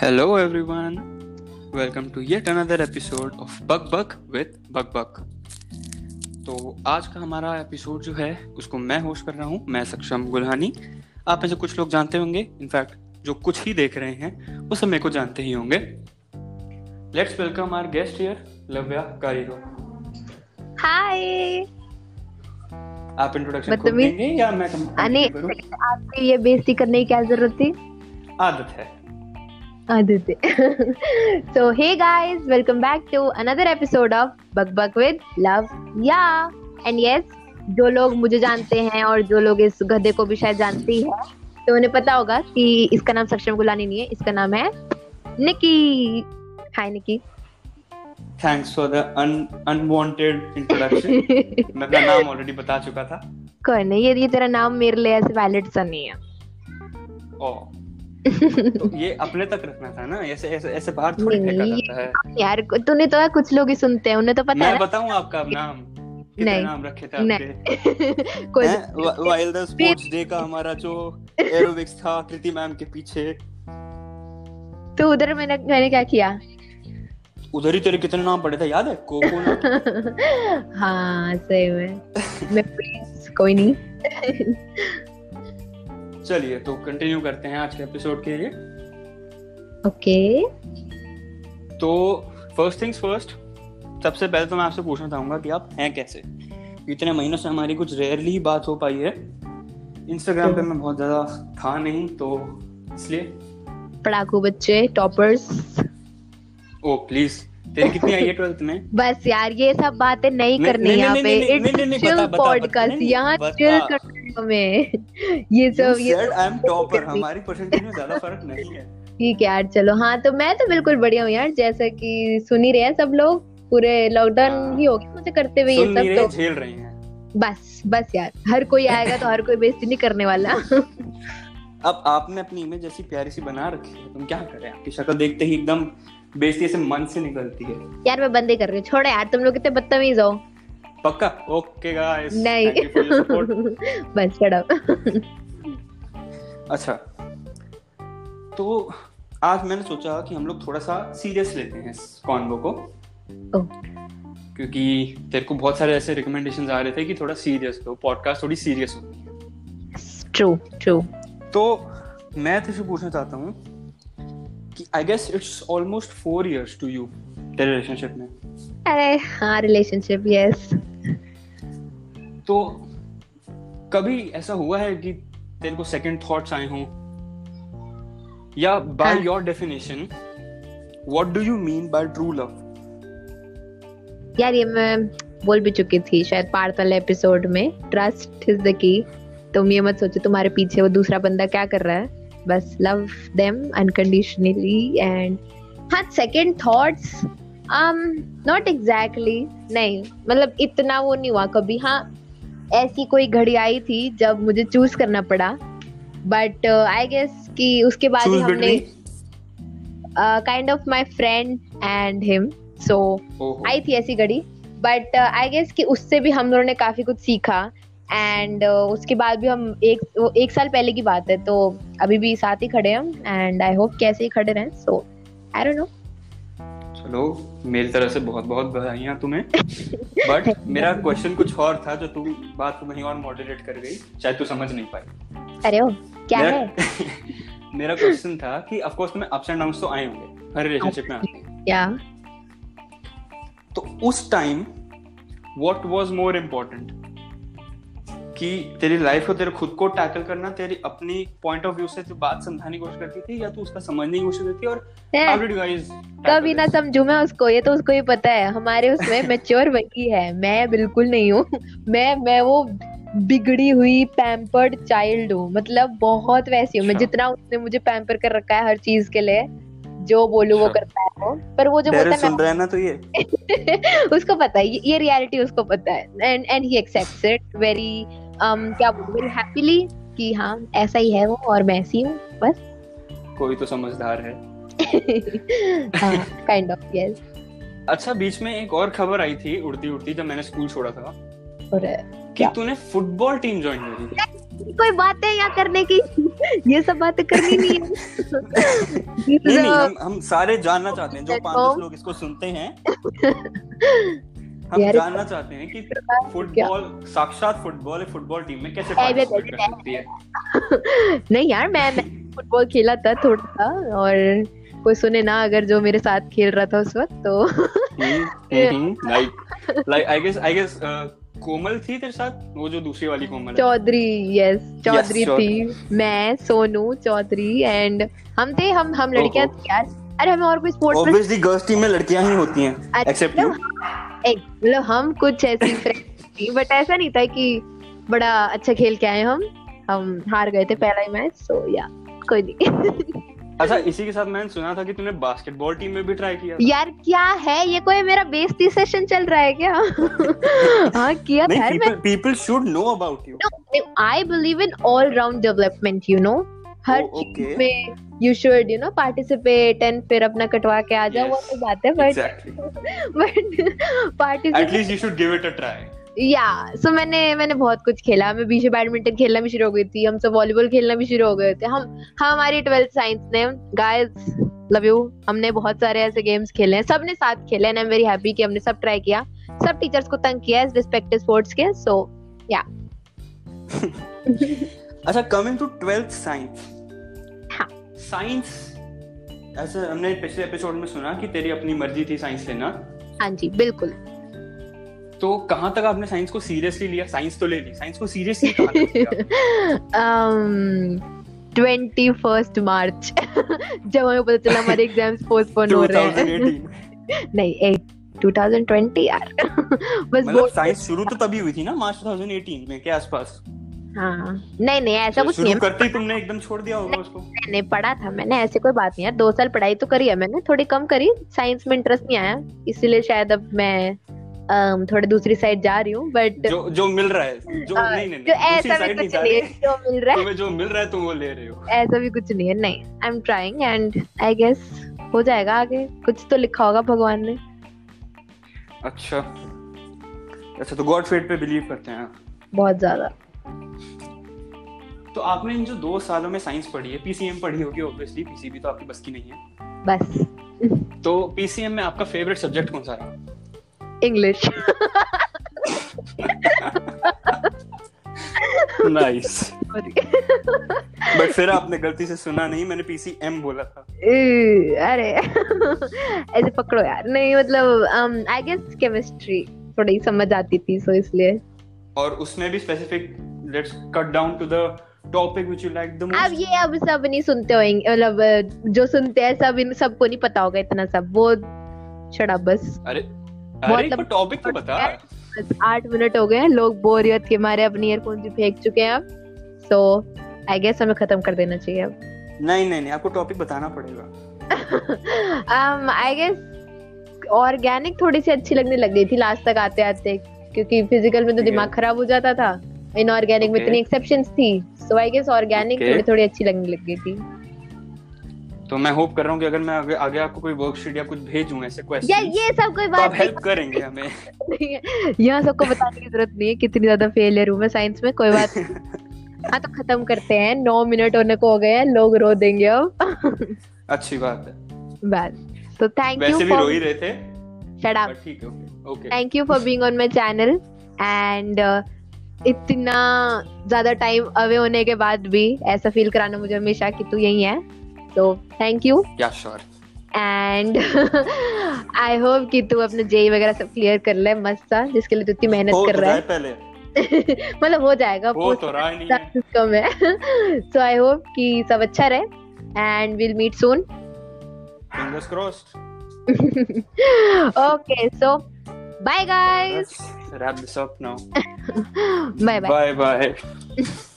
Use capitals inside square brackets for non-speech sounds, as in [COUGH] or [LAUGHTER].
Hello everyone. Welcome to yet another episode of Bug Bug with Bug Bug. तो आज का हमारा episode जो है उसको मैं होस्ट कर रहा हूँ मैं सक्षम गुल्हानी आप में से कुछ लोग जानते होंगे इनफैक्ट जो कुछ ही देख रहे हैं वो सब मेरे को जानते ही होंगे let's welcome our guest here Lavya कारीरो हाय आप इंट्रोडक्शन खुद बदतमीज। देंगे या मैं कम- अने करूं? आपकी ये बेइज्जती करने की क्या जरूरत थी आदत है [LAUGHS] Aditya so hey guys welcome back to another episode of Bak Bak with Lavya and yes जो लोग मुझे जानते हैं और जो लोग इस गधे को भी शायद जानती है तो उन्हें पता होगा कि इसका नाम सक्षम गुलानी नहीं है इसका नाम है Nikki hi Nikki thanks for the unwanted introduction मैं अपना नाम ऑलरेडी बता चुका था कोई नहीं ये ये तेरा नाम मेरे लिए ऐसे वैलिड सा नहीं है ओ तो ये अपने तक रखना था ना ऐसे ऐसे ऐसे बाहर थोड़ी नहीं, फेंका ये जाता है यार तूने तो कुछ लोग ही सुनते हैं उन्हें तो पता है मैं ना। बताऊं आपका नाम कितने नहीं। नाम रखे थे नहीं। आपके कोई हैं? वा- while the sports day का हमारा जो एरोबिक्स था कृति मैम के पीछे तो उधर मैंने मैंने क्या किया उधर ही तेरे कितने नाम पड़े थे याद है [LAUGHS] कोकोनट हाँ सही में [LAUGHS] मैं please, कोई नहीं चलिए तो कंटिन्यू करते हैं आज के एपिसोड के लिए ओके तो फर्स्ट थिंग्स फर्स्ट सबसे पहले तो मैं आपसे पूछना चाहूंगा कि आप हैं कैसे इतने महीनों से हमारी कुछ रेयरली ही बात हो पाई है तो इंस्टाग्राम पे मैं बहुत ज़्यादा था नहीं तो इसलिए पढ़ाकू बच्चे टॉपर्स ओ प्लीज तेरी कितनी आई है ट्वेल्थ में [LAUGHS] बस यार ये सब बातें नहीं नहीं- करनी नहीं- यहाँ नहीं- पे नहीं- नहीं- नहीं- इट्स नहीं, चिल बता- बता- बता- पॉडकास्ट नहीं- हाँ। यहाँ बता। चिल करना है हमें [LAUGHS] ये सब तो ये सब [LAUGHS] आई एम टॉपर करती। हमारी परसेंटेज में ज्यादा फर्क नहीं है ठीक है यार चलो हाँ तो मैं तो बिल्कुल बढ़िया हूँ यार जैसा कि सुन ही रहे हैं सब लोग पूरे लॉकडाउन हाँ। ही हो गया मुझे करते हुए ये सुन नहीं सब रहे [LAUGHS] तो झेल रहे हैं बस बस यार हर कोई आएगा तो हर कोई बेइज्जती नहीं करने वाला [LAUGHS] अब आपने अपनी इमेज ऐसी प्यारी सी बना रखी है तुम क्या कर रहे हैं आपकी शक्ल देखते ही एकदम बेइज्जती से मन से निकलती है यार मैं बंदे कर रही हूँ छोड़ो यार तुम लोग कितने बदतमीज हो पक्का ओके गाइस नहीं [LAUGHS] बस shut up. अच्छा तो आज मैंने सोचा कि हम लोग थोड़ा सा सीरियस लेते हैं इस कॉन्वो को ओ, क्योंकि तेरे को बहुत सारे ऐसे रिकमेंडेशंस आ रहे थे कि थोड़ा सीरियस लो पॉडकास्ट थोड़ी सीरियस होती है true true तो मैं तुझसे पूछना चाहता हूँ कि I guess it's almost four years to you तेरे रिलेशनशिप में अरे हाँ रिलेशनशिप यस तो कभी ऐसा हुआ है कि तेरे को सेकंड थॉट्स आए हों या बाय हाँ। Your definition what do you mean by true love यार ये मैं बोल भी चुकी थी शायद पार्थ वाले एपिसोड में ट्रस्ट इज द की तुम ये मत सोचो तुम्हारे पीछे वो दूसरा बंदा क्या कर रहा है बस लव देम अनकंडीशनली एंड हाँ second thoughts um not exactly नहीं मतलब इतना वो नहीं हुआ कभी हाँ ऐसी कोई घड़ी आई थी जब मुझे चूज करना पड़ा बट आई गेस कि उसके बाद ही चूज हमने uh, between kind of my friend and him so I थी ऐसी घड़ी बट आई गेस कि उससे भी हम दोनों ने काफी कुछ सीखा एंड उसके बाद भी हम एक वो एक साल पहले की बात है तो अभी भी साथ ही खड़े हैं हम एंड आई होप कि ऐसे ही खड़े रहें सो आई डोंट नो चलो मेरी तरफ से बहुत बहुत बधाइयाँ तुम्हें बट मेरा क्वेश्चन कुछ और था जो तू बात को कहीं और मॉडरेट कर गई शायद तू समझ नहीं पाई अरे ओ क्या मेरा- है [LAUGHS] मेरा क्वेश्चन था कि ऑफ कोर्स तुम्हें अप्स एंड डाउन्स तो आए होंगे हर रिलेशनशिप में आते हैं। या तो उस time what was more important कि तेरी लाइफ को तेरे खुद को टैकल करना तेरी अपनी पॉइंट ऑफ व्यू से जो बात समझाने की कोशिश करती थी या तू उसका समझने की कोशिश करती थी और how did you guys tackle कभी ना this? समझू मैं उसको ये तो उसको ही पता है हमारे [LAUGHS] उसमें मेच्योर वही है मैं बिल्कुल नहीं हूँ [LAUGHS] मैं मैं वो बिगड़ी हुई पैम्पर्ड चाइल्ड हूँ मतलब बहुत वैसी हूँ मैं अच्छा। जितना उसने मुझे पैम्पर कर रखा है हर चीज के लिए जो बोलू वो अच्छा। करता है वो पर वो जो डेरिस बोलता है सुन रहा है ना तो ये मैं- [LAUGHS] उसको पता है ये- ये रियलिटी उसको पता है and and he accepts it very um क्या बोलूं हैप्पीली कि हाँ ऐसा ही है वो और मैं ऐसी हूँ [LAUGHS] बस कोई तो समझदार है काइंड ऑफ यस अच्छा बीच में एक और खबर आई थी उड़ती उड़ती जब मैंने स्कूल छोड़ा था और कि क्या? तूने फुटबॉल टीम ज्वाइन करी कोई बातें यहाँ करने की ये सब बातें करनी नहीं तो है [LAUGHS] This is नहीं नहीं a- हम हम सारे जानना चाहते हैं जो पांच दस Platform. लोग इसको सुनते हैं हम यार, जानना चाहते हैं कि तो फुटबॉल साक्षात फुटबॉल फुटबॉल टीम में कैसे अरे, अरे, पार्टिसिपेट कर सकती है नहीं यार मैं, मैं फुटबॉल खेला था थोड़ा सा और कोई सुने ना अगर जो मेरे साथ खेल रहा था उस वक्त तो [LAUGHS] hmm, like like I guess I guess uh, Komal थी तेरे साथ वो जो दूसरी वाली कोमल है चौधरी यस चौधरी चौधरी। थी मैं सोनू चौधरी एंड हम थे हम हम लड़कियां ओहो। थी यार अरे हमें और कोई स्पोर्ट्स में ऑब्वियसली गर्ल्स टीम में लड़कियां ही होती हैं अरे एक्सेप्ट यू मतलब एक मतलब हम कुछ ऐसी फ्रेंड्स थी बट ऐसा नहीं था कि बड़ा अच्छा खेल के आए हम हम हार गए थे पहला ही मैच सो या कोई नहीं [LAUGHS] अच्छा इसी के साथ मैंने सुना था कि तूने बास्केटबॉल टीम में भी ट्राई किया था। यार क्या है ये कोई मेरा बेइज्जती सेशन चल रहा है क्या [LAUGHS] हाँ किया था यार मैं नहीं people should know about you I believe in all round development you know हर Oh, okay. चीज में you should you know participate and फिर अपना कटवा के आ जाओ वो Yes, तो बात है but exactly [LAUGHS] but participate at least you should give it a try या सो मैंने मैंने बहुत कुछ खेला मैं बीच में बैडमिंटन खेलना भी शुरू हो गई थी हम सब वॉलीबॉल खेलना भी शुरू हो गए थे हम हमारी ट्वेल्थ साइंस ने गाइस लव यू हमने बहुत सारे ऐसे गेम्स खेले हैं सब ने साथ खेले and I am very happy कि हमने सब ट्राई किया सब टीचर्स को तंग किया इस रिस्पेक्टिव स्पोर्ट्स के सो अच्छा कमिंग टू ट्वेल्थ साइंस हाँ। साइंस ऐसे हमने पिछले एपिसोड में सुना कि तेरी अपनी मर्जी थी साइंस लेना हाँ जी बिल्कुल तो कहाँ तक आपने साइंस को सीरियसली लिया साइंस तो ले ली साइंस को सीरियसली कहाँ तक लिया [LAUGHS] Um, ट्वेंटी फर्स्ट मार्च [LAUGHS] जब हमें पता चला हमारे एग्जाम्स पोस्टपोन हो रहे [LAUGHS] हैं 2018 नहीं एट 2020 यार [LAUGHS] बस मतलब बोर्ड साइंस शुरू तो तभी हुई थी ना मार्च 2018 में के आसपास हाँ नहीं नहीं ऐसा कुछ नहीं तो शुरू है करते ही तुमने एकदम छोड़ दिया होगा [LAUGHS] उसको मैंने पढ़ा था मैंने ऐसे कोई बात नहीं है दो साल पढ़ाई तो करी है मैंने थोड़ी कम करी साइंस में इंटरेस्ट नहीं आया इसीलिए शायद अब मैं अम, थोड़ी दूसरी साइड जा रही हूँ बट जो जो मिल रहा है जो नहीं नहीं हाँ, जो नहीं, दूसरी side नहीं ऐसा भी कुछ जा नहीं है रही। जो तुम्हें जो मिल मिल रहा है रहा है तुम वो ले रहे हो ऐसा भी कुछ नहीं है नहीं I am trying and I guess हो जाएगा आगे कुछ तो लिखा होगा भगवान ने अच्छा अच्छा तो गॉड फेट पे बिलीव करते हैं आप। बहुत ज्यादा तो आपने इन जो दो सालों में साइंस पढ़ी है पीसीएम पढ़ी होगी ऑब्वियसली पीसीबी तो आपकी बस की नहीं है बस तो पीसीएम में आपका फेवरेट सब्जेक्ट कौन सा रहा [LAUGHS] इंग्लिश नाइस बट फिर आपने गलती से सुना नहीं मैंने पीसीएम बोला था अरे ऐसे पकड़ो यार नहीं मतलब आई गेस केमिस्ट्री थोड़ी समझ आती थी सो इसलिए और उसमें भी specific let's cut down to the topic which you like the अब मोस्ट ये अब सब नहीं सुनते होंगे मतलब अ, जो सुनते हैं सब इन सबको नहीं पता होगा इतना सब वो छड़ा बस अरे अरे मतलब- पर टॉपिक तो बता बस आठ मिनट हो गए हैं लोग बोरियत के मारे अपनी ईयरफोन भी फेंक चुके हैं अब सो आई गेस हमें खत्म कर देना चाहिए नहीं नहीं नहीं आपको टॉपिक बताना पड़ेगा अब आई गेस ऑर्गेनिक थोड़ी सी अच्छी लगने लग गई थी लास्ट तक आते आते क्योंकि फिजिकल में तो ठीक है। दिमाग खराब हो जाता था इनऑर्गेनिक में Okay. इतनी एक्सेप्शंस थी so I guess organic Okay. थोड़ी थोड़ी अच्छी लगने लग गई थी तो मैं होप कर रहा हूँ कि अगर मैं आगे, आगे आपको कोई वर्कशीट या कुछ भेजूं ऐसे या क्वेश्चन ये सब कोई तो आप बात नहीं हेल्प करेंगे हमें नहीं है। [LAUGHS] यहाँ सबको बताने की जरूरत नहीं है कितनी ज्यादा फेलियर हूँ मैं साइंस में कोई [LAUGHS] बात नहीं। हाँ तो खत्म करते हैं नौ मिनट होने को हो गए हैं लोग रो देंगे अब अच्छी बात है बस तो थैंक यू वैसे भी रो ही फॉर रहे थे शट पर ठीक है okay thank you for being on my channel and uh, इतना ज्यादा टाइम अवे होने के बाद भी ऐसा फील कराना मुझे हमेशा कि तू यही है तो थैंक यू या श्योर [LAUGHS] एंड आई होप कि तू अपने जेई वगैरह सब क्लियर कर ले मस्त सा जिसके लिए तू इतनी मेहनत हो कर तो रहा रहा है है पहले मतलब हो जाएगा हो post- तो रहा ही नहीं है चांसेस कम है सो आई होप कि सब अच्छा रहे and will meet soon fingers crossed okay so bye guys Let's wrap this up now. Bye bye Bye bye.